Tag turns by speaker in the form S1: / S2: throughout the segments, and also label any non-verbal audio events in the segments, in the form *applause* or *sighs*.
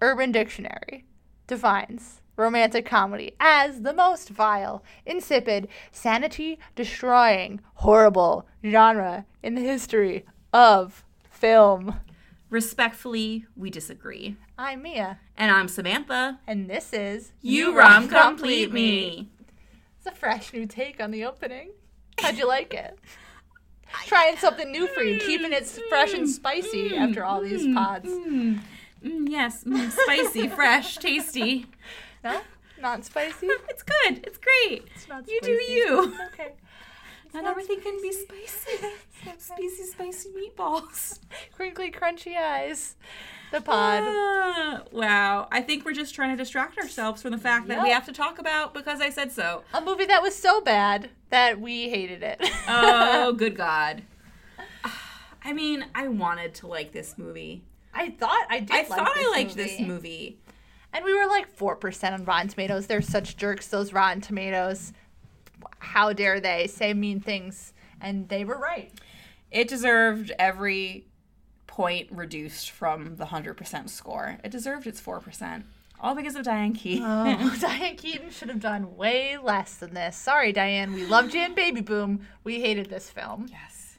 S1: Urban Dictionary defines romantic comedy as the most vile, insipid, sanity destroying, horrible genre in the history of film.
S2: Respectfully, we disagree.
S1: I'm Mia,
S2: And I'm Samantha.
S1: and this is
S2: You rom complete me.
S1: It's a fresh new take on the opening. How'd you like it? Trying something new for you, keeping it fresh and spicy after all these pods.
S2: Mm, yes, mm,
S1: *laughs*
S2: spicy, fresh, tasty. *laughs*
S1: No? Not spicy?
S2: It's good. It's great.
S1: It's not
S2: You do
S1: spicy.
S2: you.
S1: Okay.
S2: Not everything can be spicy. Spicy, spicy
S1: *laughs*
S2: meatballs.
S1: Crinkly, crunchy eyes. The pod.
S2: Ah, wow. I think we're just trying to distract ourselves from the fact that we
S1: Yep.
S2: have to talk about because I
S1: *laughs*
S2: said so.
S1: A movie that was so bad that we hated it.
S2: Oh, good God. *sighs* I mean, I wanted to like this movie.
S1: *laughs* I thought I did.
S2: I
S1: like
S2: thought
S1: this
S2: I liked
S1: movie.
S2: this movie.
S1: And we were like 4% on Rotten Tomatoes. They're such jerks, those Rotten Tomatoes. How dare they say mean things? And they were
S2: *laughs*
S1: right.
S2: It deserved every point reduced from the 100% score. It deserved its 4%. All because of Diane Key.
S1: Oh, *laughs* Diane Keaton should have done way less than this. Sorry, Diane. We loved you in Baby Boom. We hated this film.
S2: yes.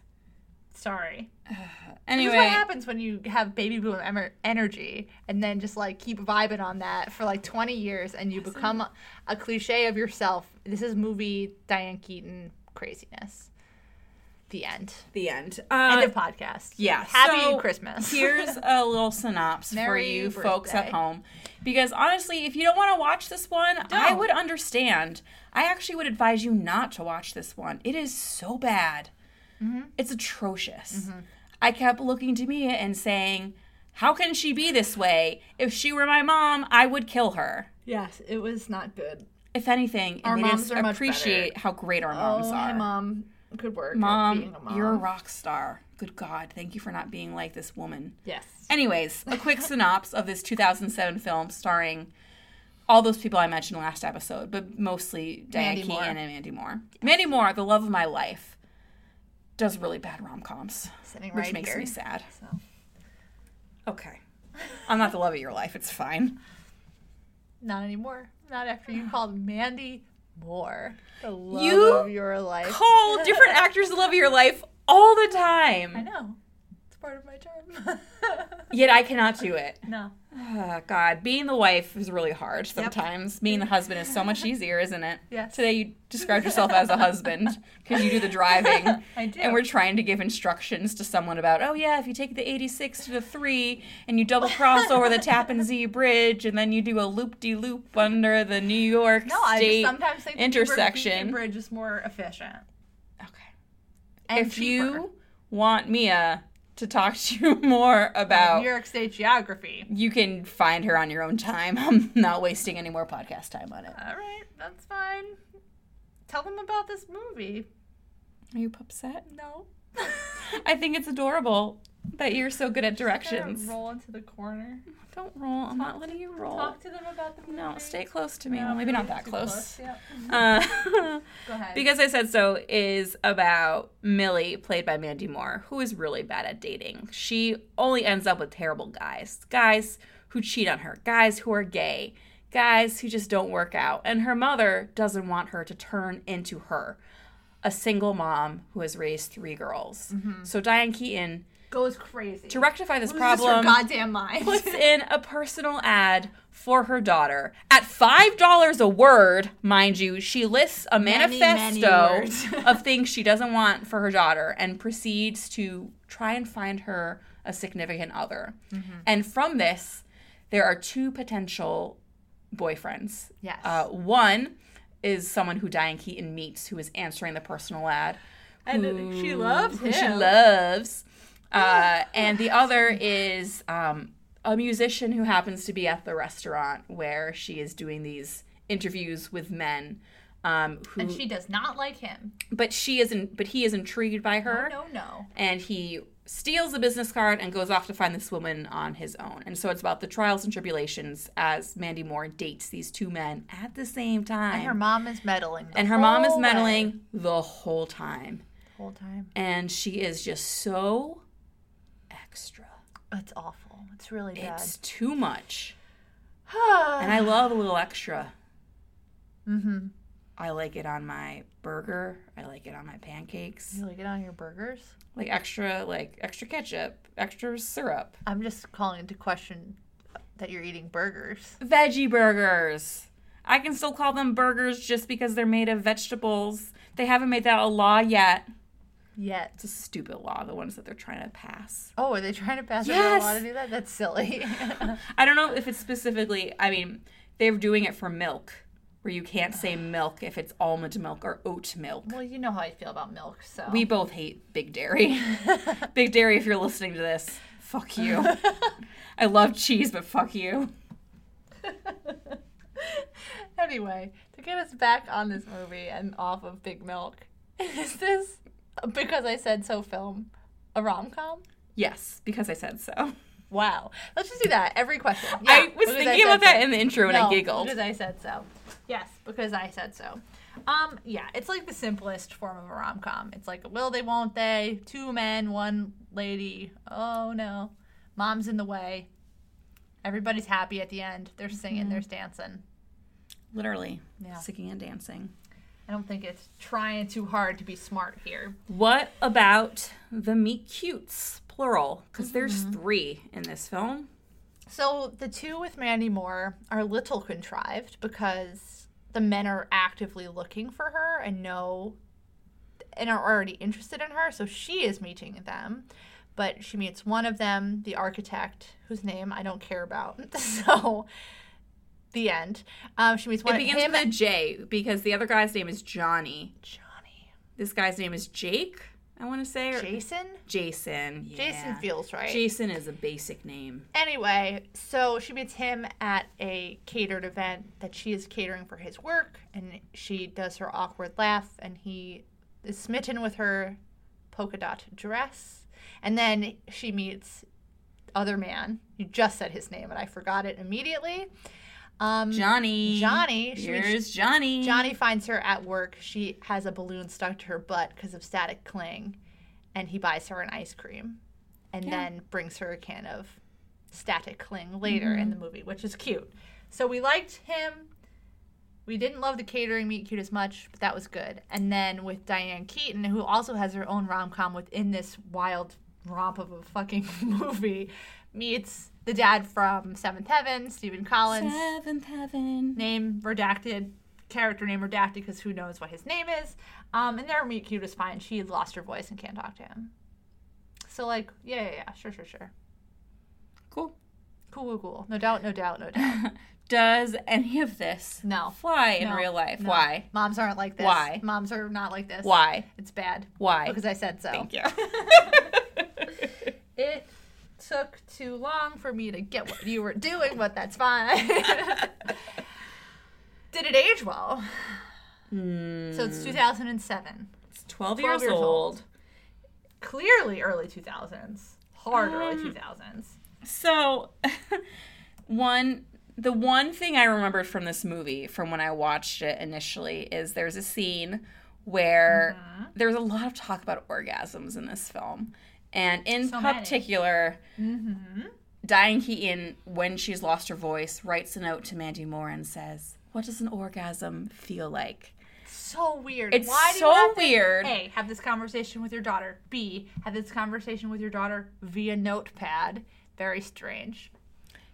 S1: Sorry. This is what
S2: Anyway,
S1: happens when you have Baby Boom emer- energy and then just like keep vibing on that for like 20 years and you become a cliche of yourself. This is movie Diane Keaton craziness. The end.
S2: the end.
S1: End
S2: Uh,
S1: of podcast.
S2: yeah,
S1: Happy
S2: so
S1: Christmas. *laughs*
S2: here's a little synopsis for
S1: Merry
S2: you folks at
S1: birthday.
S2: home. Because honestly, if you don't want to watch this one, I
S1: Don't.
S2: would understand. I actually would advise you not to watch this one. It is so bad.
S1: Mm-hmm.
S2: It's atrocious. I kept looking to Mia and saying, How can she be this way? If she were my mom, I would kill her.
S1: yes, it was not good.
S2: If anything, it
S1: Our
S2: made
S1: moms
S2: us
S1: are much
S2: appreciate how great our moms
S1: oh,
S2: are.
S1: my mom could work. at being a
S2: Mom,
S1: mom,
S2: you're a rock star. Good God, thank you for not being like this woman.
S1: yes.
S2: Anyways, a quick synopsis of this 2007 film starring all those people I mentioned last episode, but mostly Diane
S1: Mandy Moore.
S2: Keaton and Mandy Moore. Mandy Moore, the love of my life, does really bad rom coms,
S1: Sitting
S2: which
S1: right
S2: makes
S1: here.
S2: me sad.
S1: So.
S2: Okay. I'm not the love of your life. It's fine.
S1: Not anymore. Not after you called Mandy Moore the love
S2: You
S1: of your life.
S2: Call different actors the love of your life all the
S1: I
S2: time.
S1: know. It's part of my charm.
S2: Yet I cannot do it.
S1: *laughs* no.
S2: Ah, God, being the wife is really hard sometimes. Being the husband is so much easier, isn't it?
S1: Yes.
S2: Today you described yourself as a husband
S1: *laughs*
S2: because you do the driving.
S1: I do.
S2: And we're trying to give instructions to someone about, oh yeah, if you take the 86 to the 3 and you double cross over
S1: *laughs*
S2: the Tappan Zee Bridge and then you do a loop de loop under the New York
S1: no, I
S2: State
S1: just sometimes think
S2: intersection.
S1: The Beaver Beacon bridge is more efficient.
S2: okay.
S1: And
S2: if
S1: cheaper.
S2: you want Mia to talk to you *laughs* more about
S1: New York State geography.
S2: you can find her on your own time. *laughs* I'm not wasting any more podcast time on it.
S1: All right, that's fine. Tell them about this movie.
S2: Are you upset?
S1: *laughs* No.
S2: I think it's adorable that you're so good at
S1: Kinda
S2: directions.
S1: roll into the corner.
S2: Don't roll. I'm not letting you roll.
S1: Talk to them about the movie.
S2: No, stay close to me. Well, maybe not that
S1: Too
S2: close.
S1: Yep.
S2: Uh, *laughs*
S1: Go ahead.
S2: because I said so is about Millie, played by Mandy Moore, who is really bad at dating. She only ends up with terrible guys, guys who cheat on her, guys who are gay, guys who just don't work out. And her mother doesn't want her to turn into her, a single mom who has raised three girls. So Diane Keaton,
S1: goes crazy.
S2: to rectify this
S1: Loses her
S2: problem,
S1: goddamn mind.
S2: *laughs* puts in a personal ad for her daughter at five dollars a word, mind you. She lists a
S1: Many, many
S2: manifesto
S1: words.
S2: *laughs* of things she doesn't want for her daughter and proceeds to try and find her a significant other.
S1: Mm-hmm.
S2: And from this, there are two potential boyfriends.
S1: Yes.
S2: Uh, one is someone who Diane Keaton meets, who is answering the personal ad.
S1: *laughs* And
S2: who-
S1: she loves
S2: who She
S1: him.
S2: loves.
S1: Ah.
S2: Uh, and the other is um, a musician who happens to be at the restaurant where she is doing these interviews with men. Um, who,
S1: and she does not like him.
S2: but she isn't. But he is intrigued by her,
S1: Oh, No, no.
S2: and he steals a business card and goes off to find this woman on his own. And so it's about the trials and tribulations as Mandy Moore dates these two men at the same time,
S1: And her mom is meddling. the
S2: and her mom is
S1: whole way.
S2: meddling the whole time
S1: The whole time.
S2: and she is just so extra.
S1: It's awful. It's really bad. *sighs*
S2: It's too much. and I love a little extra.
S1: Mm-hmm.
S2: I like it on my burger. I like it on my pancakes.
S1: You like it on your burgers?
S2: Like extra, like extra ketchup, extra syrup.
S1: I'm just calling into question that you're eating burgers.
S2: Veggie burgers. I can still call them burgers just because they're made of vegetables. They haven't made that a law yet.
S1: Yet.
S2: It's a stupid law, the ones that they're trying to pass.
S1: Oh, are they trying to pass
S2: Yes.
S1: a law to do that? That's silly.
S2: I don't know if it's specifically, I mean, they're doing it for milk, where you can't say milk if it's almond milk or oat milk.
S1: *laughs* well, you know how I feel about milk, so *laughs*
S2: We both hate Big Dairy. *laughs* Big Dairy, if you're listening to this, fuck you. I love cheese, but fuck you.
S1: Anyway, to get us back on this movie and off of Big Milk, *laughs* is this because I said so film a rom com?
S2: Yes, because I said so.
S1: Wow. Let's just do that. Every question.
S2: I
S1: Yeah,
S2: was
S1: because
S2: thinking
S1: said
S2: about that
S1: so.
S2: in the intro and
S1: No,
S2: I giggled.
S1: Because I said so. Yes, because I said so. Um, yeah, it's like the simplest form of a rom com. It's like will they, won't they? Two men, one lady. Oh no. Mom's in the way. Everybody's happy at the end. They're singing, they're dancing.
S2: Literally,
S1: Yeah.
S2: singing and dancing.
S1: I don't think it's trying too hard to be smart here.
S2: What about the meet cutes, plural? Because there's three in this film.
S1: So the two with Mandy Moore are a little contrived because the men are actively looking for her and know and are already interested in her, so she is meeting them. But she meets one of them, the architect, whose name I don't care about. *laughs* So the end. Um, she meets one
S2: It
S1: of
S2: begins
S1: him
S2: with a J because the other guy's name is Johnny.
S1: Johnny.
S2: This guy's name is Jake, I want to say. Or
S1: Jason?
S2: Jason.
S1: Jason
S2: yeah.
S1: feels right.
S2: Jason is a basic name.
S1: Anyway, so she meets him at a catered event that she is catering for his work, and she does her awkward laugh, and he is smitten with her polka dot dress. And then she meets other man. You just said his name, and I forgot it immediately. Um,
S2: Johnny.
S1: Johnny. She meets
S2: Here's Johnny.
S1: Johnny finds her at work. She has a balloon stuck to her butt because of static cling, and he buys her an ice cream, and then brings her a can of static cling later in the movie, which is cute. So we liked him. We didn't love the catering meet cute as much, but that was good. And then with Diane Keaton, who also has her own rom com within this wild romp of a fucking *laughs* movie, meets the dad from Seventh Heaven, Stephen Collins
S2: Seventh heaven.
S1: name redacted, character name redacted, because who knows what his name is. Um, and their meet cute is fine. She lost her voice and can't talk to him. So like, yeah, yeah, yeah, sure, sure, sure.
S2: Cool.
S1: Cool, cool, cool. No doubt, no doubt, no doubt.
S2: Does any of this
S1: No.
S2: fly *laughs* in
S1: No.
S2: real life?
S1: No.
S2: Why?
S1: Moms aren't like this.
S2: Why?
S1: Moms are not like this.
S2: Why?
S1: It's bad.
S2: Why?
S1: Because I said
S2: *laughs*
S1: so.
S2: Thank you.
S1: It took too long for me to get what you were doing, but that's
S2: *laughs*
S1: fine. Did it age well?
S2: Hmm.
S1: So it's 2007.
S2: It's
S1: *laughs*
S2: 12,
S1: 12
S2: years,
S1: years
S2: old.
S1: clearly early 2000s hard early 2000s
S2: So, *laughs* one the one thing I remembered from this movie from when I watched it initially is there's a scene where
S1: Mm-hmm.
S2: there's a lot of talk about orgasms in this film. And in
S1: So many. Mm-hmm.
S2: particular, Diane Keaton, when she's lost her voice, writes a note to Mandy Moore and says, What does an orgasm feel like?
S1: so weird
S2: It's
S1: why do
S2: so
S1: you have to,
S2: weird.
S1: a have this conversation with your daughter b have this conversation with your daughter via notepad very strange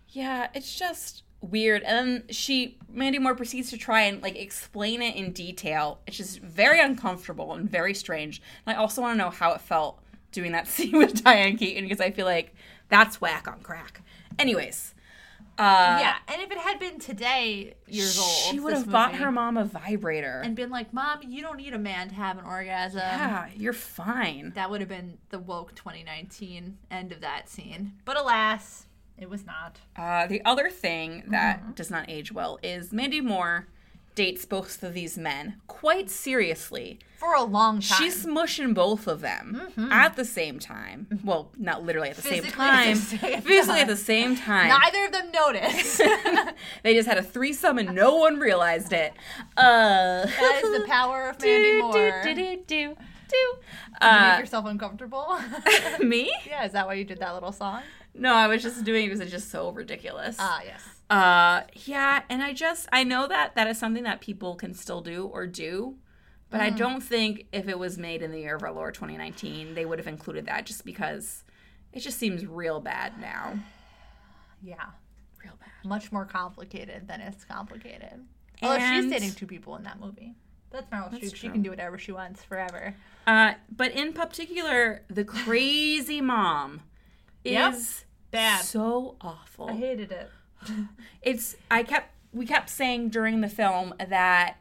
S2: Yeah, it's just weird. And then she, Mandy Moore, proceeds to try and like explain it in detail. It's just very uncomfortable and very strange. And I also want to know how it felt doing that *laughs* scene with Diane Keaton because I feel like that's whack on crack. Anyways, uh,
S1: yeah and if it had been today years old
S2: she would
S1: this
S2: have bought
S1: movie,
S2: her mom a vibrator.
S1: and been like mom you don't need a man to have an orgasm
S2: yeah, you're fine.
S1: that would have been the woke 2019 end of that scene but alas it was not
S2: Uh, the other thing that
S1: Uh-huh.
S2: does not age well is Mandy Moore dates both of these men quite seriously.
S1: for a long time Mm-hmm.
S2: She's smushing both of them at the same time. Well, not literally at the same
S1: Physically at the
S2: time.
S1: same
S2: *laughs* physically
S1: time.
S2: at the same time.
S1: neither of them
S2: *laughs*
S1: noticed
S2: they just had a threesome and no one realized it. Uh,
S1: That is the power of Mandy Moore.
S2: *laughs* Do, do, do, do, do.
S1: You make
S2: Uh,
S1: yourself uncomfortable. *laughs*
S2: *laughs* me?
S1: yeah, is that why you did that little song?
S2: No, I was just doing it because it's just so ridiculous.
S1: Ah, yes.
S2: Uh, yeah, and I just I know that that is something that people can still do or do, but
S1: Mm.
S2: I don't think if it was made in the year of our Lord 2019, they would have included that just because it just seems real bad now.
S1: Yeah.
S2: Real bad.
S1: Much more complicated than it's complicated. Although she's
S2: And-
S1: dating two people in that movie. That's Meryl
S2: That's
S1: Streep. She
S2: true.
S1: can do whatever she wants forever.
S2: Uh, but in particular, the crazy mom
S1: Yep.
S2: is
S1: Bad.
S2: so awful.
S1: I hated it.
S2: it's I kept we kept saying during the film that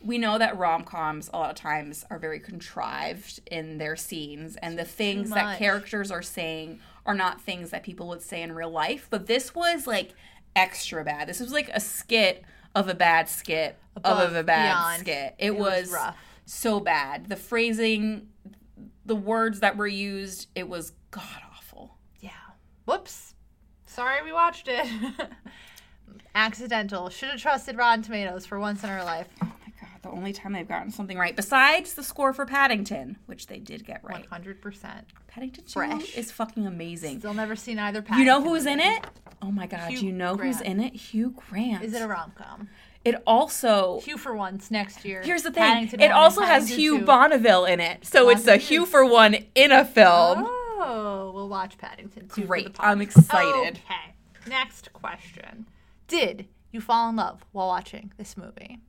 S2: we know that rom coms a lot of times are very contrived in their scenes and the things
S1: much.
S2: that characters are saying are not things that people would say in real life. But this was like extra bad. This was like a skit of a bad skit
S1: Above,
S2: of a bad
S1: beyond.
S2: skit. It,
S1: was
S2: was,
S1: rough.
S2: so bad. The phrasing, the words that were used, it was god awful.
S1: Yeah. Whoops. Sorry we watched it. *laughs* Accidental. Should have trusted Rotten Tomatoes for once in our life.
S2: Oh my god, the only time they've gotten something right, besides the score for Paddington, which they did get right.
S1: 100%.
S2: Paddington 2
S1: Fresh.
S2: is fucking amazing.
S1: Still never seen either
S2: You know who's in it? Oh my god,
S1: Hugh
S2: you know who's
S1: Grant.
S2: in it? Hugh Grant.
S1: Is it a rom com?
S2: it also
S1: Hugh for once next year.
S2: Here's the thing.
S1: Paddington
S2: it
S1: one,
S2: also has
S1: Paddington
S2: Hugh
S1: two.
S2: Bonneville in it. So it's a
S1: Bonneville.
S2: Hugh for one in a film.
S1: Oh, we'll watch Paddington. Two
S2: Um, Great.
S1: For the Oh. pod.
S2: I'm excited.
S1: Okay. Next question. Did you fall in love while watching this movie?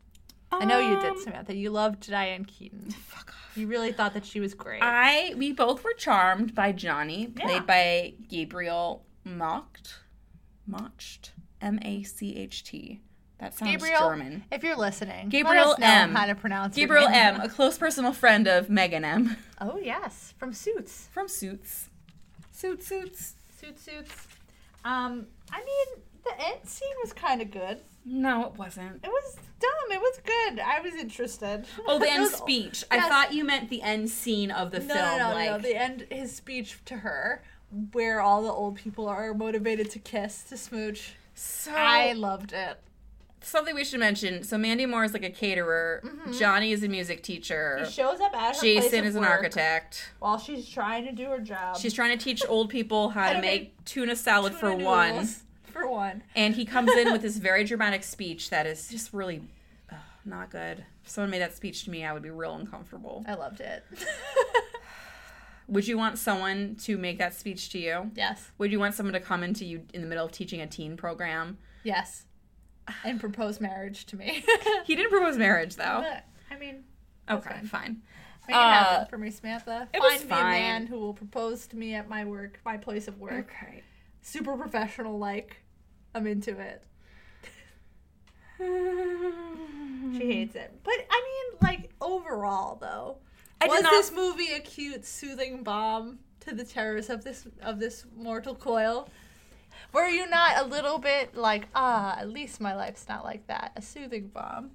S1: I know you did, Samantha. You loved Diane Keaton.
S2: Um, Fuck off.
S1: You really thought that she was great.
S2: I we both were charmed by Johnny, played
S1: Yeah.
S2: by Gabriel Macht. Macht. M A C H T. That sounds
S1: Gabriel,
S2: German.
S1: if you're listening,
S2: Gabriel
S1: let us know
S2: M.
S1: how to pronounce your
S2: Gabriel
S1: name.
S2: M, a close personal friend of Megan M
S1: Oh yes, from Suits.
S2: from Suits. Suits, Suits.
S1: Suit Suits. Um, I mean, the end scene was kind of good.
S2: No, it wasn't.
S1: It was dumb. It was good. I was interested.
S2: Oh,
S1: *laughs*
S2: the
S1: It
S2: end
S1: was-
S2: speech. I
S1: Yes.
S2: thought you meant the end scene of the
S1: No,
S2: film.
S1: no, no,
S2: like,
S1: no. The end. His speech to her, where all the old people are motivated to kiss, to smooch.
S2: so
S1: I loved it.
S2: something we should mention. So Mandy Moore is like a caterer. Johnny is a music teacher.
S1: Mm-hmm. He shows up at her place
S2: Jason
S1: of
S2: is an
S1: work Um,
S2: architect.
S1: while she's trying to do her job.
S2: She's trying to teach old people how to
S1: Gotta
S2: make tuna salad
S1: Tuna
S2: for
S1: noodles
S2: one.
S1: For one.
S2: And he comes
S1: *laughs*
S2: in with this very dramatic speech that is just really uh, not good. If someone made that speech to me, I would be real uncomfortable.
S1: I loved *laughs* it.
S2: Would you want someone to make that speech to you?
S1: yes.
S2: Would you want someone to come into you in the middle of teaching a teen program?
S1: Yes. And propose marriage to me. *laughs*
S2: He didn't propose marriage though.
S1: But, I mean,
S2: Okay,
S1: fine.
S2: fine.
S1: Make it
S2: Uh,
S1: happen for me, Samantha.
S2: it
S1: Find
S2: was
S1: me a
S2: fine.
S1: man who will propose to me at my work, my place of work.
S2: *sighs* Okay.
S1: Super professional like. I'm into it.
S2: Mm-hmm.
S1: She hates it. But I mean, like, overall though.
S2: I
S1: was
S2: did not.
S1: this movie a cute, soothing bomb to the terrors of this of this mortal coil? Were you not a little bit like, ah, at least my life's not like that? A soothing bomb.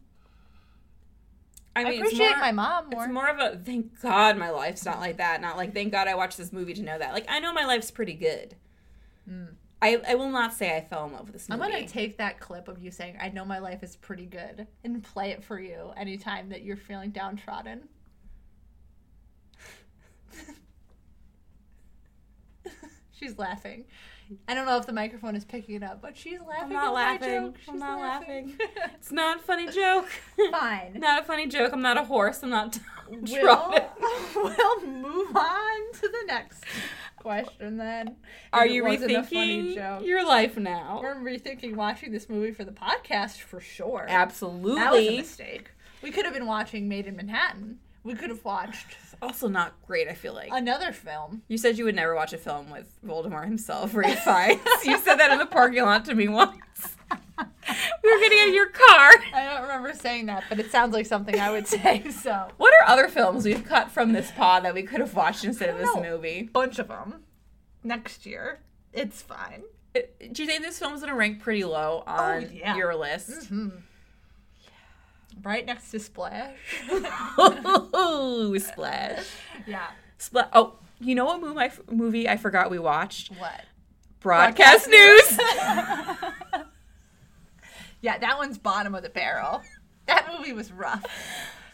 S2: I
S1: I,
S2: mean,
S1: appreciate
S2: it's more,
S1: my mom more.
S2: It's more of a thank God my life's not like that. Not like thank God I watched this movie to know that. Like I know my life's pretty good. I, I will not say I fell in love with this
S1: Hmm. I'm
S2: movie.
S1: gonna take that clip of you saying, "I know my life is pretty good," and play it for you anytime that you're feeling downtrodden. *laughs* she's laughing. I don't know if the microphone is picking it up, but she's laughing. at
S2: not
S1: my
S2: laughing.
S1: joke.
S2: I'm
S1: She's
S2: not it's not a
S1: *laughs*
S2: funny joke. *laughs*
S1: Fine.
S2: not a funny joke. I'm not a horse. I'm not. *laughs*
S1: We'll, *laughs* we'll move on to the next question then. if
S2: Are
S1: it
S2: you
S1: wasn't a funny
S2: rethinking
S1: joke.
S2: your life now?
S1: We're rethinking watching this movie for the podcast for sure.
S2: Absolutely.
S1: That was a mistake. We could have been watching Made in Manhattan. We could have watched
S2: also not great, I feel like.
S1: another film.
S2: you said you would never watch a film with Voldemort
S1: *laughs*
S2: himself, Ray Fiennes. you said that in the parking lot to me once. *laughs* we were getting out of your car.
S1: I don't remember saying that, but it sounds like something I would *laughs* say. So,
S2: What are other films we've cut from this pod that we could have watched instead of
S1: I
S2: this
S1: don't know.
S2: movie?
S1: bunch of them next year. It's fine.
S2: Uh, Do you think this film's gonna rank pretty low on
S1: Oh, yeah. Mm-hmm.
S2: your list?
S1: Right next to Splash. *laughs*
S2: Ooh, *laughs* splash,
S1: yeah.
S2: splash. Oh, you know what movie I, movie I forgot we watched?
S1: What?
S2: Broadcast, News.
S1: Yeah, that one's bottom of the barrel. That movie was rough.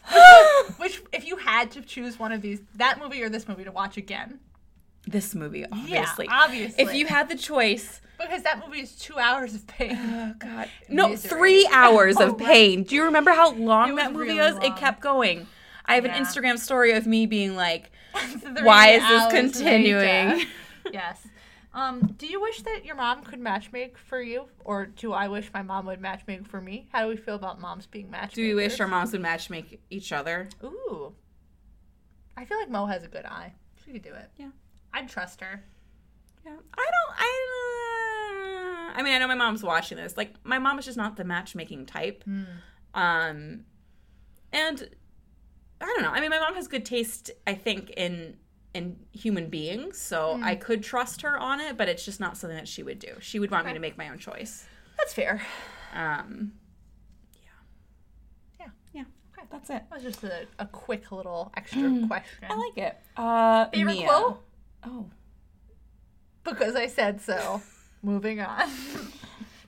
S1: *laughs* Which, if you had to choose one of these, that movie or this movie to watch again,
S2: *laughs* this movie, obviously.
S1: Yeah, obviously.
S2: If you had the choice,
S1: because that movie is two hours of pain. *laughs*
S2: oh god, no,
S1: Misery.
S2: three hours
S1: *laughs* Oh,
S2: of
S1: right.
S2: pain. Do you remember how
S1: It
S2: long
S1: was
S2: that movie
S1: really
S2: was?
S1: long.
S2: It kept going. I have
S1: Yeah.
S2: an Instagram story of me being like,
S1: Three
S2: "Why is this
S1: hours *laughs*
S2: continuing?"
S1: later. yes. Um, do you wish that your mom could matchmake for you, or do I wish my mom would matchmake for me? How do we feel about moms being matchmakers?
S2: Do we wish our moms would matchmake each other?
S1: Ooh. I feel like Mo has a good eye. She could do it.
S2: Yeah.
S1: I'd trust her.
S2: Yeah. I don't. I. Uh, I mean, I know my mom's watching this. Like, my mom is just not the matchmaking type. Um, and I don't know. I mean, my mom has good taste. I think in in human beings, so I could trust her on it. But it's just not something that she would do. She would want me
S1: Okay.
S2: to make my own choice.
S1: That's fair.
S2: Um,
S1: Yeah.
S2: yeah.
S1: Okay.
S2: That's it.
S1: That was just a, a quick little extra question.
S2: I like it. Uh,
S1: Favorite
S2: Mm. Oh, Mia.
S1: quote?
S2: Oh.
S1: Because I said
S2: *laughs*
S1: so. Moving on.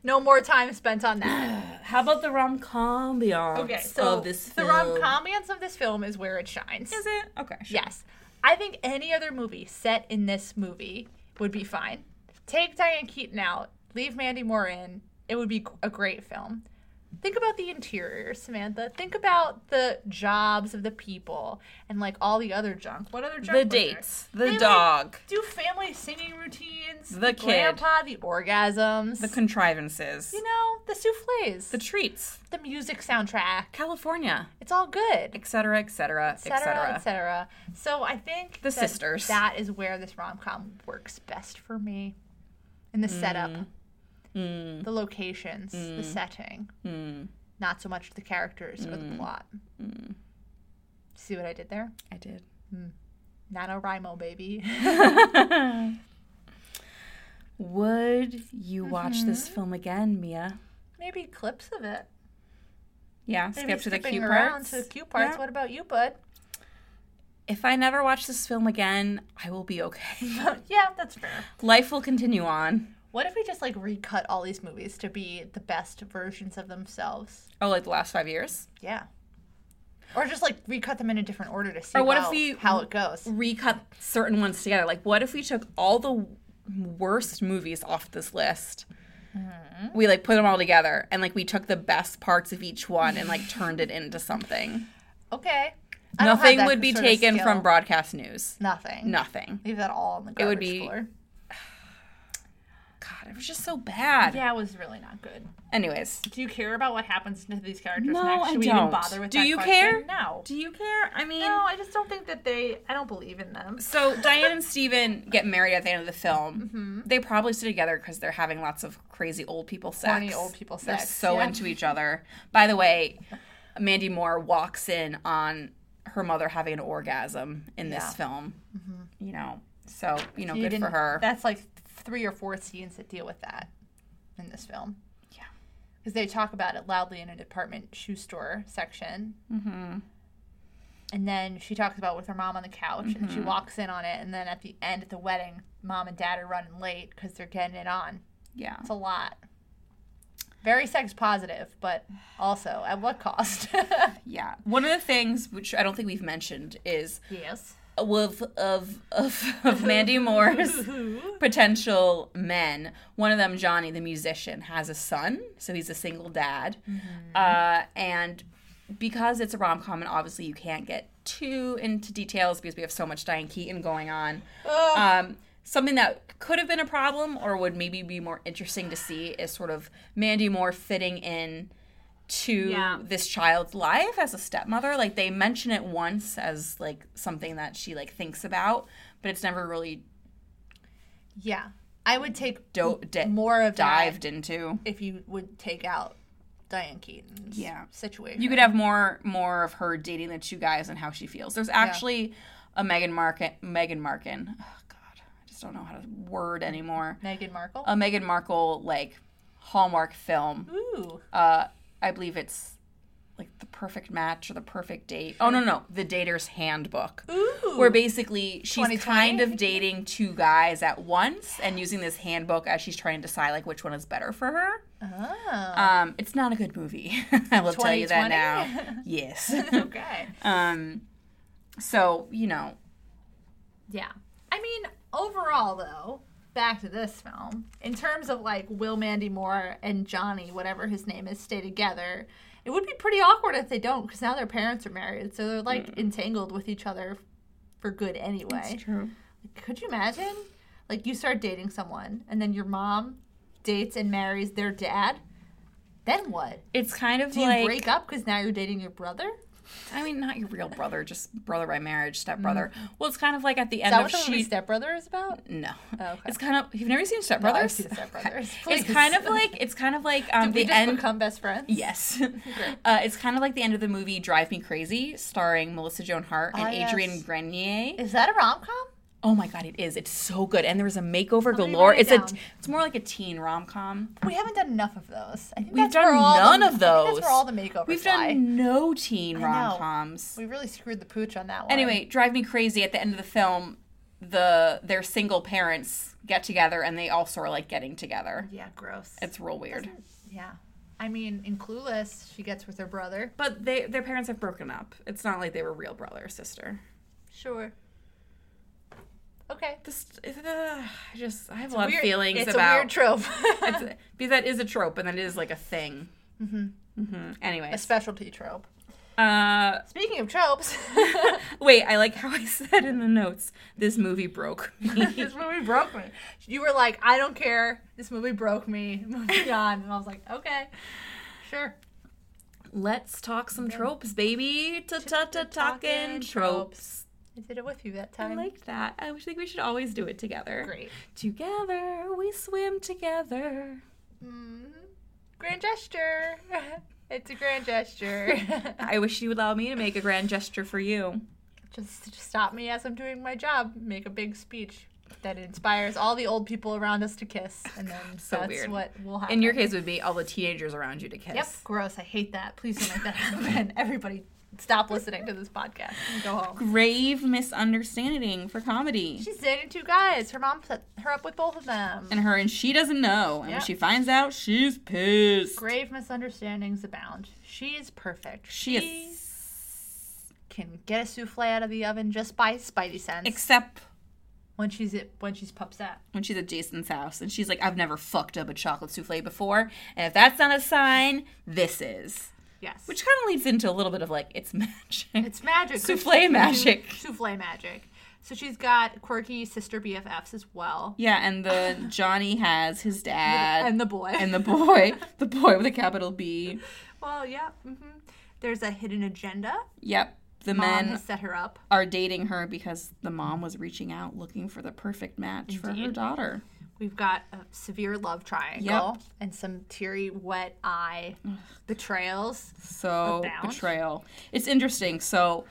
S1: no more time spent on that.
S2: How about the rom com
S1: Okay, so
S2: of this
S1: the
S2: film?
S1: rom comiance of this film is where it shines.
S2: is it okay? Sure.
S1: Yes. I think any other movie set in this movie would be fine. Take Diane Keaton out, leave Mandy Moore in. It would be a great film. Think about the interior, Samantha. Think about the jobs of the people and like all the other junk. What other junk?
S2: The
S1: was there?
S2: dates, the
S1: They, like,
S2: dog,
S1: Do family singing routines,
S2: The kid.
S1: grandpa, the orgasms,
S2: the contrivances,
S1: you know, the souffles,
S2: the
S1: the,
S2: treats,
S1: music soundtrack.
S2: California,
S1: It's all good
S2: etc., etc.,
S1: etc.
S2: etc.
S1: etc. So I think
S2: The
S1: that
S2: sisters.
S1: That is where this rom com works best for me, in the
S2: Mm.
S1: setup, the locations, the setting.
S2: Mm.
S1: Not so much the characters or the plot. See what I did there?
S2: I did.
S1: NaNoWriMo, baby. *laughs*
S2: Would you watch this
S1: Mm-hmm.
S2: film again, Mia?
S1: Maybe clips of it.
S2: Yeah,
S1: Maybe
S2: skip to the
S1: skipping
S2: cute
S1: around
S2: parts.
S1: To the cute parts.
S2: Yeah.
S1: What about you,
S2: *laughs*
S1: bud?
S2: If I never watch this film again, I will be okay. *laughs*
S1: yeah, that's fair.
S2: Life will continue on.
S1: What if we just like recut all these movies to be the best versions of themselves?
S2: Oh, like the last five years?
S1: Yeah. Or just like recut them in a different order to see
S2: Or what
S1: how,
S2: if we-
S1: how it goes.
S2: recut certain ones together. Like, what if we took all the worst movies off this list?
S1: Mm-hmm.
S2: We like put them all together and like we took the best parts of each one and like turned it into something.
S1: Okay. *laughs* I don't have
S2: Nothing
S1: that
S2: would be
S1: sort of
S2: taken
S1: skill.
S2: from broadcast news.
S1: Nothing.
S2: Nothing.
S1: Leave that all on the garbage
S2: would be-
S1: floor.
S2: God, it was just so bad.
S1: Yeah, it was really not good.
S2: Anyways,
S1: Do you care about what happens to these characters
S2: No,
S1: next?
S2: I
S1: Should we even
S2: don't.
S1: bother with
S2: Do
S1: that
S2: you
S1: question?
S2: care?
S1: No.
S2: do you care? I mean,
S1: No, I just don't think that they I don't believe in them.
S2: so Diane and Steven get married at the end of the film.
S1: Mm-hmm.
S2: They probably stay together because they're having lots of crazy old people sex.
S1: Corny old people
S2: They're
S1: sex,
S2: so
S1: yeah.
S2: into each other. By the way, Mandy Moore walks in on her mother having an orgasm in this
S1: Yeah. Mm-hmm.
S2: film. You know, so you know,
S1: You
S2: good for
S1: didn't-
S2: her.
S1: That's like three or four scenes that deal with that in this film.
S2: Yeah.
S1: Because they talk about it loudly in a department shoe store section. Mm-hmm. And then she talks about it with her mom on the couch, and
S2: Mm-hmm.
S1: she walks in on it. And then at the end, at the wedding, mom and dad are running late because they're getting it on.
S2: yeah,
S1: It's a lot. Very sex positive, but also at what cost? *laughs*
S2: yeah. One of the things which I don't think we've mentioned is
S1: yes.
S2: of of of, of Mandy Moore's potential men. One of them, Johnny, the musician, has a son, so he's a single dad. Uh, and because it's a rom com, and obviously you can't get too into details because we have so much Diane Keaton going on. Um, something that could have been a problem or would maybe be more interesting to see is sort of Mandy Moore fitting in to
S1: Yeah.
S2: this child's life as a stepmother like they mention it once as like something that she like thinks about but it's never really
S1: Yeah. I would take
S2: do- di-
S1: more of that
S2: dived into
S1: if you would take out Diane Keaton's
S2: Yeah.
S1: situation.
S2: you could have more more of her dating the two guys and how she feels there's actually a Meghan Markin Meghan Markin oh god I just don't know how to word anymore
S1: Meghan Markle.
S2: a Meghan Markle like Hallmark film
S1: Ooh.
S2: uh, I believe it's like the perfect match or the perfect date. Oh no, no, the Dater's Handbook,
S1: Ooh.
S2: where basically she's
S1: 2020?
S2: kind of dating two guys at once and using this handbook as she's trying to decide like which one is better for her.
S1: Oh.
S2: Um, it's not a good movie. *laughs* I will tell you that
S1: 2020?
S2: now. *laughs* yes.
S1: okay.
S2: um, so you know,
S1: Yeah. I mean, overall, though, back to this film, in terms of like will Mandy Moore and Johnny, whatever his name is, stay together, it would be pretty awkward if they don't because now their parents are married. So they're like entangled with each other for good anyway.
S2: true.
S1: Could you imagine? Like you start dating someone and then your mom dates and marries their dad. Then what?
S2: It's kind of
S1: Do you
S2: like
S1: break up because now you're dating your brother?
S2: I mean, not your real brother, just brother by marriage, stepbrother. Well, it's kind of like at the
S1: Is
S2: end
S1: that
S2: of
S1: what the movie
S2: she.
S1: Stepbrother is about?
S2: no,
S1: Oh, okay.
S2: it's kind of. You've never seen Step
S1: I've
S2: Brothers?
S1: seen Step Brothers. Please.
S2: It's kind of like it's kind of *laughs* like um,
S1: Did we
S2: the
S1: just
S2: end.
S1: become best friends?
S2: *laughs* Yes, uh, it's kind of like the end of the movie Drive Me Crazy, starring Melissa Joan Hart and
S1: Ah, yes.
S2: Adrian Grenier.
S1: Is that a rom com?
S2: Oh my god, it is! It's so good, and there was a makeover
S1: gonna
S2: galore.
S1: write it
S2: It's a
S1: down.
S2: it's more like a teen rom com.
S1: We haven't done enough of those. I think
S2: We've
S1: that's where
S2: done
S1: all
S2: none
S1: the,
S2: of
S1: I think
S2: those.
S1: that's where all the makeovers
S2: We've
S1: lie.
S2: done no teen
S1: know.
S2: rom coms.
S1: We really screwed the pooch on that one.
S2: Anyway, drive me crazy. At the end of the film, the their single parents get together, and they also are like getting together.
S1: Yeah, gross.
S2: It's real weird.
S1: yeah. I mean, in Clueless, she gets with her brother.
S2: But they their parents have broken up. It's not like they were real brother or sister.
S1: Sure. Okay.
S2: This uh, I just I have a lot of feelings
S1: it's
S2: about
S1: a weird trope.
S2: *laughs* it's- because that is a trope, and that is like a thing. Mm-hmm. Mm-hmm.
S1: *laughs* a
S2: Anyways,
S1: specialty trope.
S2: uh,
S1: Speaking of tropes, *laughs*
S2: wait. I like how I said in the notes this movie broke me. *laughs*
S1: this movie broke me. You were like, I don't care. This movie broke me.
S2: *laughs*
S1: Moving on. And I was like, okay. Sure.
S2: Let's talk some tropes, baby. Ta ta ta talking
S1: Talking
S2: tropes.
S1: I did it with you that
S2: I
S1: time.
S2: liked that. I wish- think we should always do it together.
S1: Great.
S2: Together we swim together.
S1: Mm, grand gesture. *laughs* it's a grand gesture. *laughs*
S2: I wish you would allow me to make a grand gesture for you.
S1: just, just stop me as I'm doing my job. Make a big speech that inspires all the old people around us to kiss, and then
S2: *laughs* So
S1: that's
S2: weird.
S1: what will happen.
S2: In your case, it would be all the teenagers around you to kiss.
S1: yep, gross. I hate that. Please don't make that *laughs* happen. Everybody, stop listening to this podcast and go home.
S2: Grave misunderstanding for comedy.
S1: She's dating two guys. Her mom set her up with both of them.
S2: and her and she doesn't know. And when
S1: Yep.
S2: she finds out, she's pissed.
S1: Grave misunderstandings abound. She is perfect.
S2: She is.
S1: can get a souffle out of the oven just by spidey sense.
S2: Except
S1: when she's at, when she's upset.
S2: when she's at Jason's house and she's like, I've never fucked up a chocolate souffle before. And if that's not a sign, this is.
S1: Yes.
S2: Which kind of leads into a little bit of like, it's *laughs* magic.
S1: it's magic.
S2: souffle
S1: She can do
S2: magic.
S1: Souffle magic. So she's got quirky sister BFFs as well.
S2: yeah, and
S1: *laughs*
S2: the Johnny has his dad
S1: and the boy. *laughs*
S2: and the boy, the boy with a capital B.
S1: well, yeah. hmm There's a hidden agenda.
S2: Yep. The
S1: Mom
S2: men
S1: has set her up.
S2: are dating her because the mom was reaching out looking for the perfect match for her daughter.
S1: We've got a severe love triangle and some teary, wet eye betrayals.
S2: So
S1: Abound.
S2: betrayal. It's interesting. So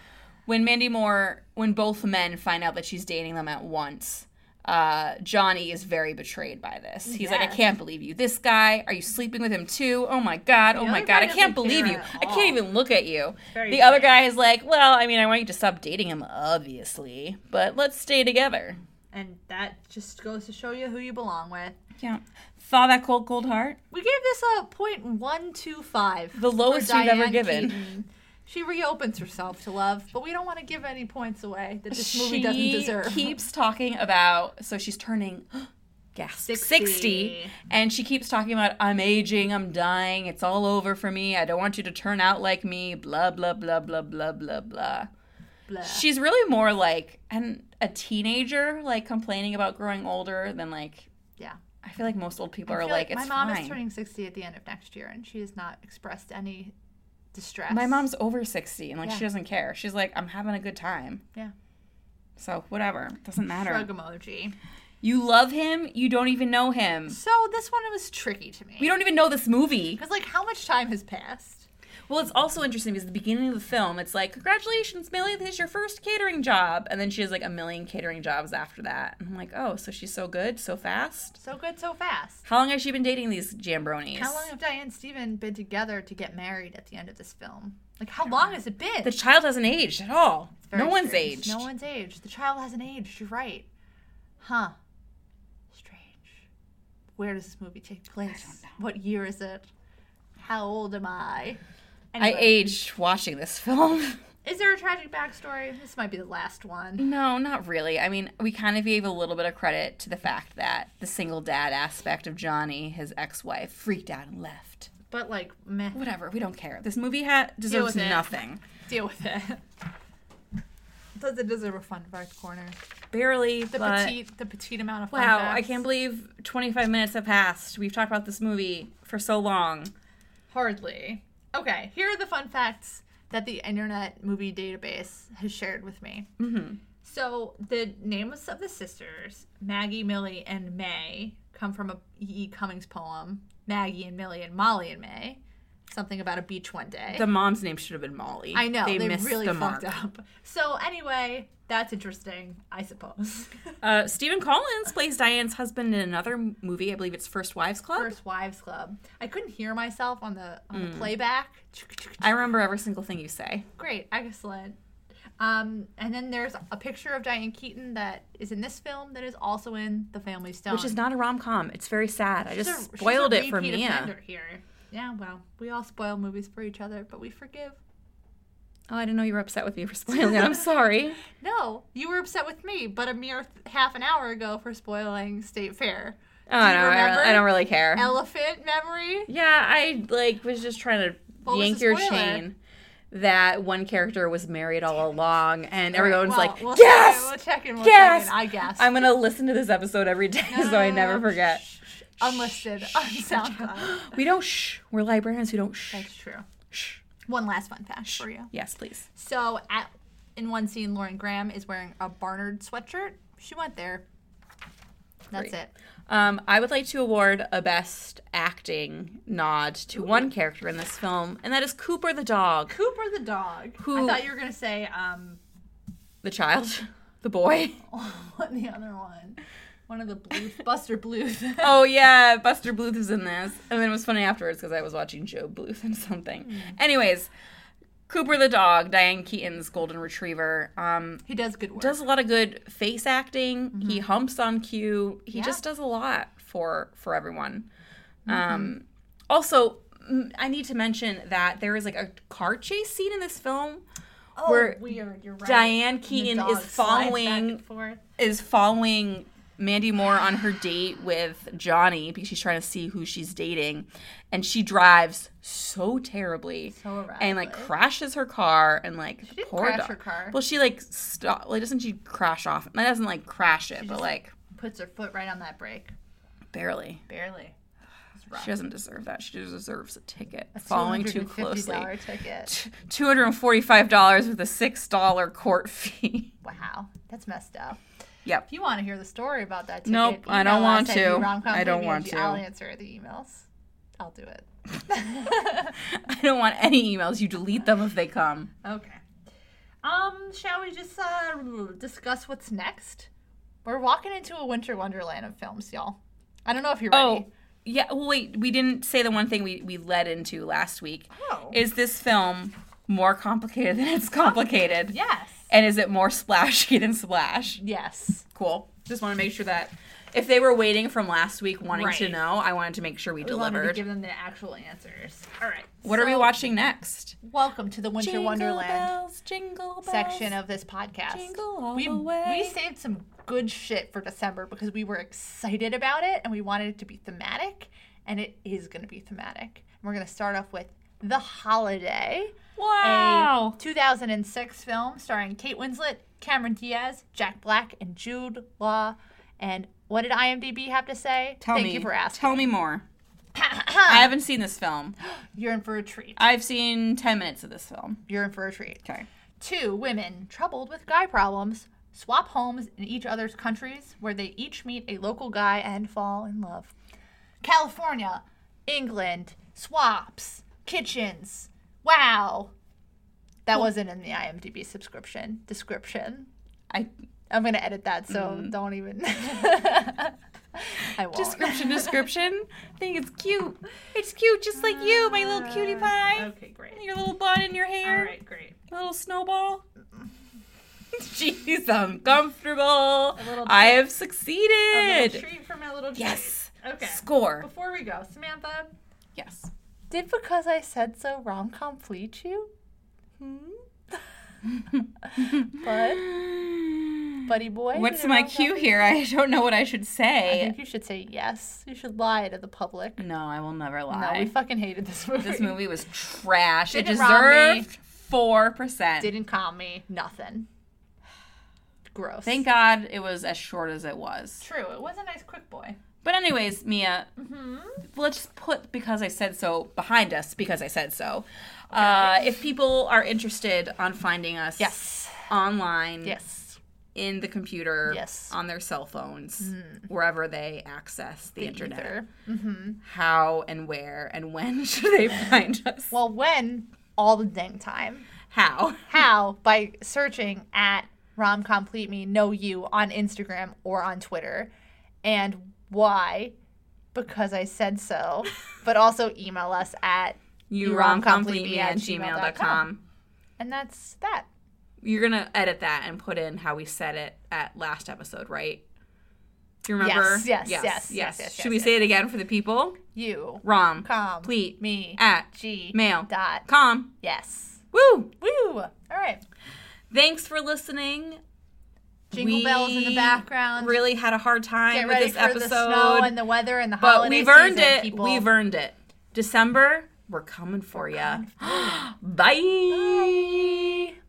S2: when Mandy Moore, when both men find out that she's dating them at once, uh, Johnny is very betrayed by this. He's like, I
S1: Yes.
S2: can't believe you. This guy, are you sleeping with him too? Oh my god. Oh my
S1: other
S2: god.
S1: guy
S2: I can't
S1: doesn't
S2: believe
S1: care
S2: you.
S1: at
S2: I
S1: all.
S2: can't even look at you.
S1: Very
S2: the other guy is like, well, I mean, I want you to stop dating him, obviously, but let's stay together.
S1: And that just goes to show you who you belong with.
S2: Yeah. Thaw that cold, cold heart.
S1: We gave this a point one two five.
S2: The lowest
S1: for
S2: we've ever
S1: Diane
S2: given.
S1: Keaton. She reopens herself to love, but we don't want to give any points away that this movie doesn't deserve.
S2: keeps talking about so
S1: *gasps*
S2: she's turning gasp 60.
S1: 60.
S2: and she keeps talking about I'm aging, I'm dying, it's all over for me. I don't want you to turn out like me, blah blah blah blah blah blah blah.
S1: Blah.
S2: She's really more like an a teenager like complaining about growing older than like
S1: yeah.
S2: I feel like most old people
S1: I
S2: are
S1: feel
S2: like,
S1: my
S2: it's
S1: mom
S2: fine.
S1: is turning 60 at the end of next year, and she has not expressed any distress.
S2: my mom's over 60 and like
S1: Yeah.
S2: she doesn't care. She's like I'm having a good time.
S1: Yeah.
S2: So whatever, doesn't matter.
S1: Shrug emoji.
S2: You love him, you don't even know him.
S1: So this one was tricky to
S2: We
S1: me.
S2: don't even know this movie.
S1: Because, like, how much time has passed?
S2: Well, it's also interesting because at the beginning of the film, it's like, Congratulations, Millie, this is your first catering job. And then she has like a million catering jobs after that. And I'm like, Oh, so she's so good, so fast?
S1: So good, so fast.
S2: How long has she been dating these jambronis?
S1: How long have Diane and Steven been together to get married at the end of this film? Like, how long has it been?
S2: The child hasn't aged at all.
S1: Very
S2: No one's
S1: strange.
S2: aged.
S1: No one's aged. The child hasn't aged. You're right. Huh. Strange. Where does this movie take place? What year is it? How old am I?
S2: I aged watching this film. *laughs*
S1: Is there a tragic backstory? This might be the last one.
S2: No, not really. I mean, we kind of gave a little bit of credit to the fact that the single dad aspect of Johnny, his ex wife, freaked out and left.
S1: But like, meh.
S2: Whatever, we don't care. This movie ha- deserves
S1: with it.
S2: nothing.
S1: Deal with it. Does it deserve a fun fact corner?
S2: Barely.
S1: The
S2: but-
S1: petite, the petite amount of fun
S2: Wow,
S1: facts.
S2: I can't believe 25 minutes have passed. We've talked about this movie for so long.
S1: Hardly. Okay, here are the fun facts that the Internet Movie Database has shared with me. Mm-hmm. So, the names of the sisters, Maggie, Millie, and May, come from a E. E. Cummings poem, Maggie and Millie and Molly and May, something about a beach one day.
S2: The mom's name should have been Molly.
S1: I know, they,
S2: missed
S1: really
S2: the
S1: fucked
S2: mark.
S1: up. So, anyway, that's interesting, I suppose. *laughs*
S2: Uh, Stephen Collins plays Diane's husband in another m- movie. I believe it's First Wives Club.
S1: First Wives Club. I couldn't hear myself on the, on the playback.
S2: Mm. I remember every single thing you say.
S1: Great, excellent. Um, and then there's a picture of Diane Keaton that is in this film that is also in The Family Stone.
S2: Which is not a rom com. It's very sad. I
S1: She's a-
S2: just
S1: she's a
S2: spoiled it for
S1: repeat
S2: Mia.
S1: offender Here. Yeah, well, we all spoil movies for each other, but we forgive.
S2: Oh, I didn't know you were upset with me for spoiling it. I'm
S1: *laughs*
S2: sorry.
S1: No, you were upset with me, but a mere th- half an hour ago for spoiling State Fair.
S2: Oh, no, I, don't-
S1: remember?
S2: I don't really care.
S1: Elephant memory?
S2: yeah, I like was just trying to
S1: What was
S2: yank
S1: the
S2: your
S1: spoiler?
S2: chain that one character was married all along, and everyone's
S1: Well,
S2: like,
S1: we'll
S2: "Yes,
S1: Check, we'll check in one
S2: Yes!
S1: second. I guess. Um,
S2: I'm gonna listen to this episode every day *laughs* so I never forget.
S1: Shh, shh, shh. Unlisted on SoundCloud.
S2: We don't shh. We're librarians who don't shh.
S1: That's true.
S2: shh.
S1: One last fun fact for you.
S2: Yes, please.
S1: So at in one scene, Lauren Graham is wearing a Barnard sweatshirt. She went there. That's
S2: Great.
S1: it.
S2: Um, I would like to award a best acting nod to one character in this film, and that is Cooper the dog,
S1: Cooper the dog.
S2: Who-
S1: I thought you were gonna say um, *laughs*
S2: the child, *laughs* the boy.
S1: what the other one? One of the *laughs* Bluth, Buster Bluth.
S2: Oh yeah, Buster Bluth was in this, and then it was funny afterwards because I was watching Joe Bluth and something. Anyways, Cooper the dog, Diane Keaton's golden retriever. Um,
S1: he does good work.
S2: does a lot of good face acting. He humps on cue. He
S1: Yeah.
S2: just does a lot for for everyone. Um, also, m- I need to mention that there is like a car chase scene in this film
S1: oh,
S2: where
S1: weird. You're right.
S2: Diane
S1: The
S2: Keaton
S1: dog
S2: is
S1: slides back
S2: following
S1: and forth.
S2: is following Mandy Moore on her date with Johnny because she's trying to see who she's dating, and she drives so terribly
S1: So erratically.
S2: and like crashes her car and like
S1: didn't
S2: poor
S1: crash
S2: dog-
S1: her car.
S2: Well, she like stop. Like doesn't she crash off? That doesn't like crash it, but
S1: just-
S2: like
S1: puts her foot right on that brake.
S2: barely.
S1: Barely. It's rough.
S2: She doesn't deserve that. She deserves a ticket. Following too closely.
S1: $250 Ticket.
S2: Two hundred and forty-five dollars with a six-dollar court *laughs* fee.
S1: Wow, that's messed up.
S2: Yep.
S1: If you want to hear the story about that ticket,
S2: Nope, I don't
S1: email us
S2: want
S1: at
S2: to.
S1: newromcombaby@gmail.com.
S2: I don't want to.
S1: I'll answer the emails. I'll do it.
S2: I don't want any emails. You delete them if they come.
S1: *laughs* okay. Um, shall we just uh, discuss what's next? We're walking into a winter wonderland of films, y'all. I don't know if you're ready.
S2: Oh, yeah. Well, wait. We didn't say the one thing we, we led into last week.
S1: Oh.
S2: Is this film more complicated *laughs* than it's complicated?
S1: yes.
S2: And is it more splashy *laughs* than splash?
S1: Yes.
S2: Cool. Just want to make sure that if they were waiting from last week wanting to
S1: Right.
S2: know, I wanted to make sure we
S1: We wanted to
S2: delivered.
S1: give them the actual answers. All right.
S2: what are we
S1: so
S2: watching next?
S1: Welcome to the winter
S2: Jingle
S1: wonderland.
S2: bells, jingle bells.
S1: section of this podcast.
S2: Jingle all
S1: we,
S2: the way.
S1: we saved some good shit for December because we were excited about it and we wanted it to be thematic, and it is going to be thematic. And we're going to start off with The Holiday,
S2: wow.
S1: a 2006 film starring Kate Winslet, Cameron Diaz, Jack Black, and Jude Law. And what did IMDb have to say?
S2: Tell
S1: Thank
S2: me.
S1: you for asking.
S2: Tell me more. *coughs* I haven't seen this film.
S1: You're in for a treat.
S2: I've seen ten minutes of this film.
S1: You're in for a treat.
S2: Okay.
S1: Two women troubled with guy problems swap homes in each other's countries where they each meet a local guy and fall in love. California, England, swaps, kitchens. Wow. That wasn't in the IMDb subscription description.
S2: I
S1: I'm going to edit that, so
S2: Mm-hmm.
S1: don't even. *laughs* I won't. *laughs*
S2: description description. I think it's cute. It's cute, just like you, my little cutie pie.
S1: Uh, Okay, great.
S2: Your little bun in your hair.
S1: great.
S2: Your
S1: *laughs*
S2: little snowball. She's uncomfortable.
S1: little
S2: I have
S1: A
S2: succeeded.
S1: little treat for my little treat.
S2: Yes.
S1: Okay.
S2: Score.
S1: Before we go, Samantha,
S2: Yes.
S1: Did because I said so rom com fleet you? Hmm? *laughs* But buddy boy.
S2: What's
S1: you
S2: my
S1: know,
S2: cue here? I don't know what I should
S1: I
S2: say.
S1: think you should say yes. You should lie to the public.
S2: No, I will never
S1: No, we
S2: lie.
S1: fucking hated this movie. *laughs*
S2: *laughs* this movie was trash. it
S1: Didn't rob me.
S2: deserved four percent.
S1: didn't calm me. Nothing. Gross.
S2: Thank God it was as short as it was.
S1: True. It was a nice quick boy.
S2: But anyways, Mia,
S1: Mm-hmm.
S2: let's just put because I said so behind us because I said so. Uh, if people are interested on finding us,
S1: Yes.
S2: online,
S1: Yes.
S2: in the computer,
S1: Yes. Mm-hmm.
S2: on their cell phones, wherever they access the, internet.
S1: Either.
S2: How and where and when *laughs* should they find us?
S1: Well, when all the dang time.
S2: How?
S1: How? By searching at rom complete me know you on Instagram or on Twitter, and why? Because I said
S2: *laughs*
S1: so. but also email us at
S2: You
S1: romcomplete
S2: romcomplete
S1: me at gmail.com. and that's that.
S2: You're gonna edit that and put in how we said it at last episode, right? Do you remember?
S1: Yes, yes, yes, yes, yes,
S2: Should
S1: yes,
S2: we say it again for the people?
S1: You
S2: Rom
S1: com
S2: complete me
S1: me
S2: at
S1: g
S2: mail.
S1: dot
S2: com.
S1: yes.
S2: Woo!
S1: Woo! All right.
S2: Thanks for listening.
S1: Jingle
S2: We
S1: bells in the background.
S2: Really had a hard time
S1: Get
S2: with
S1: ready
S2: this
S1: for
S2: episode.
S1: the snow and the weather and the
S2: but
S1: holiday
S2: we've earned
S1: season,
S2: it.
S1: people.
S2: We've earned it. *gasps* December, we're coming for ya. Bye.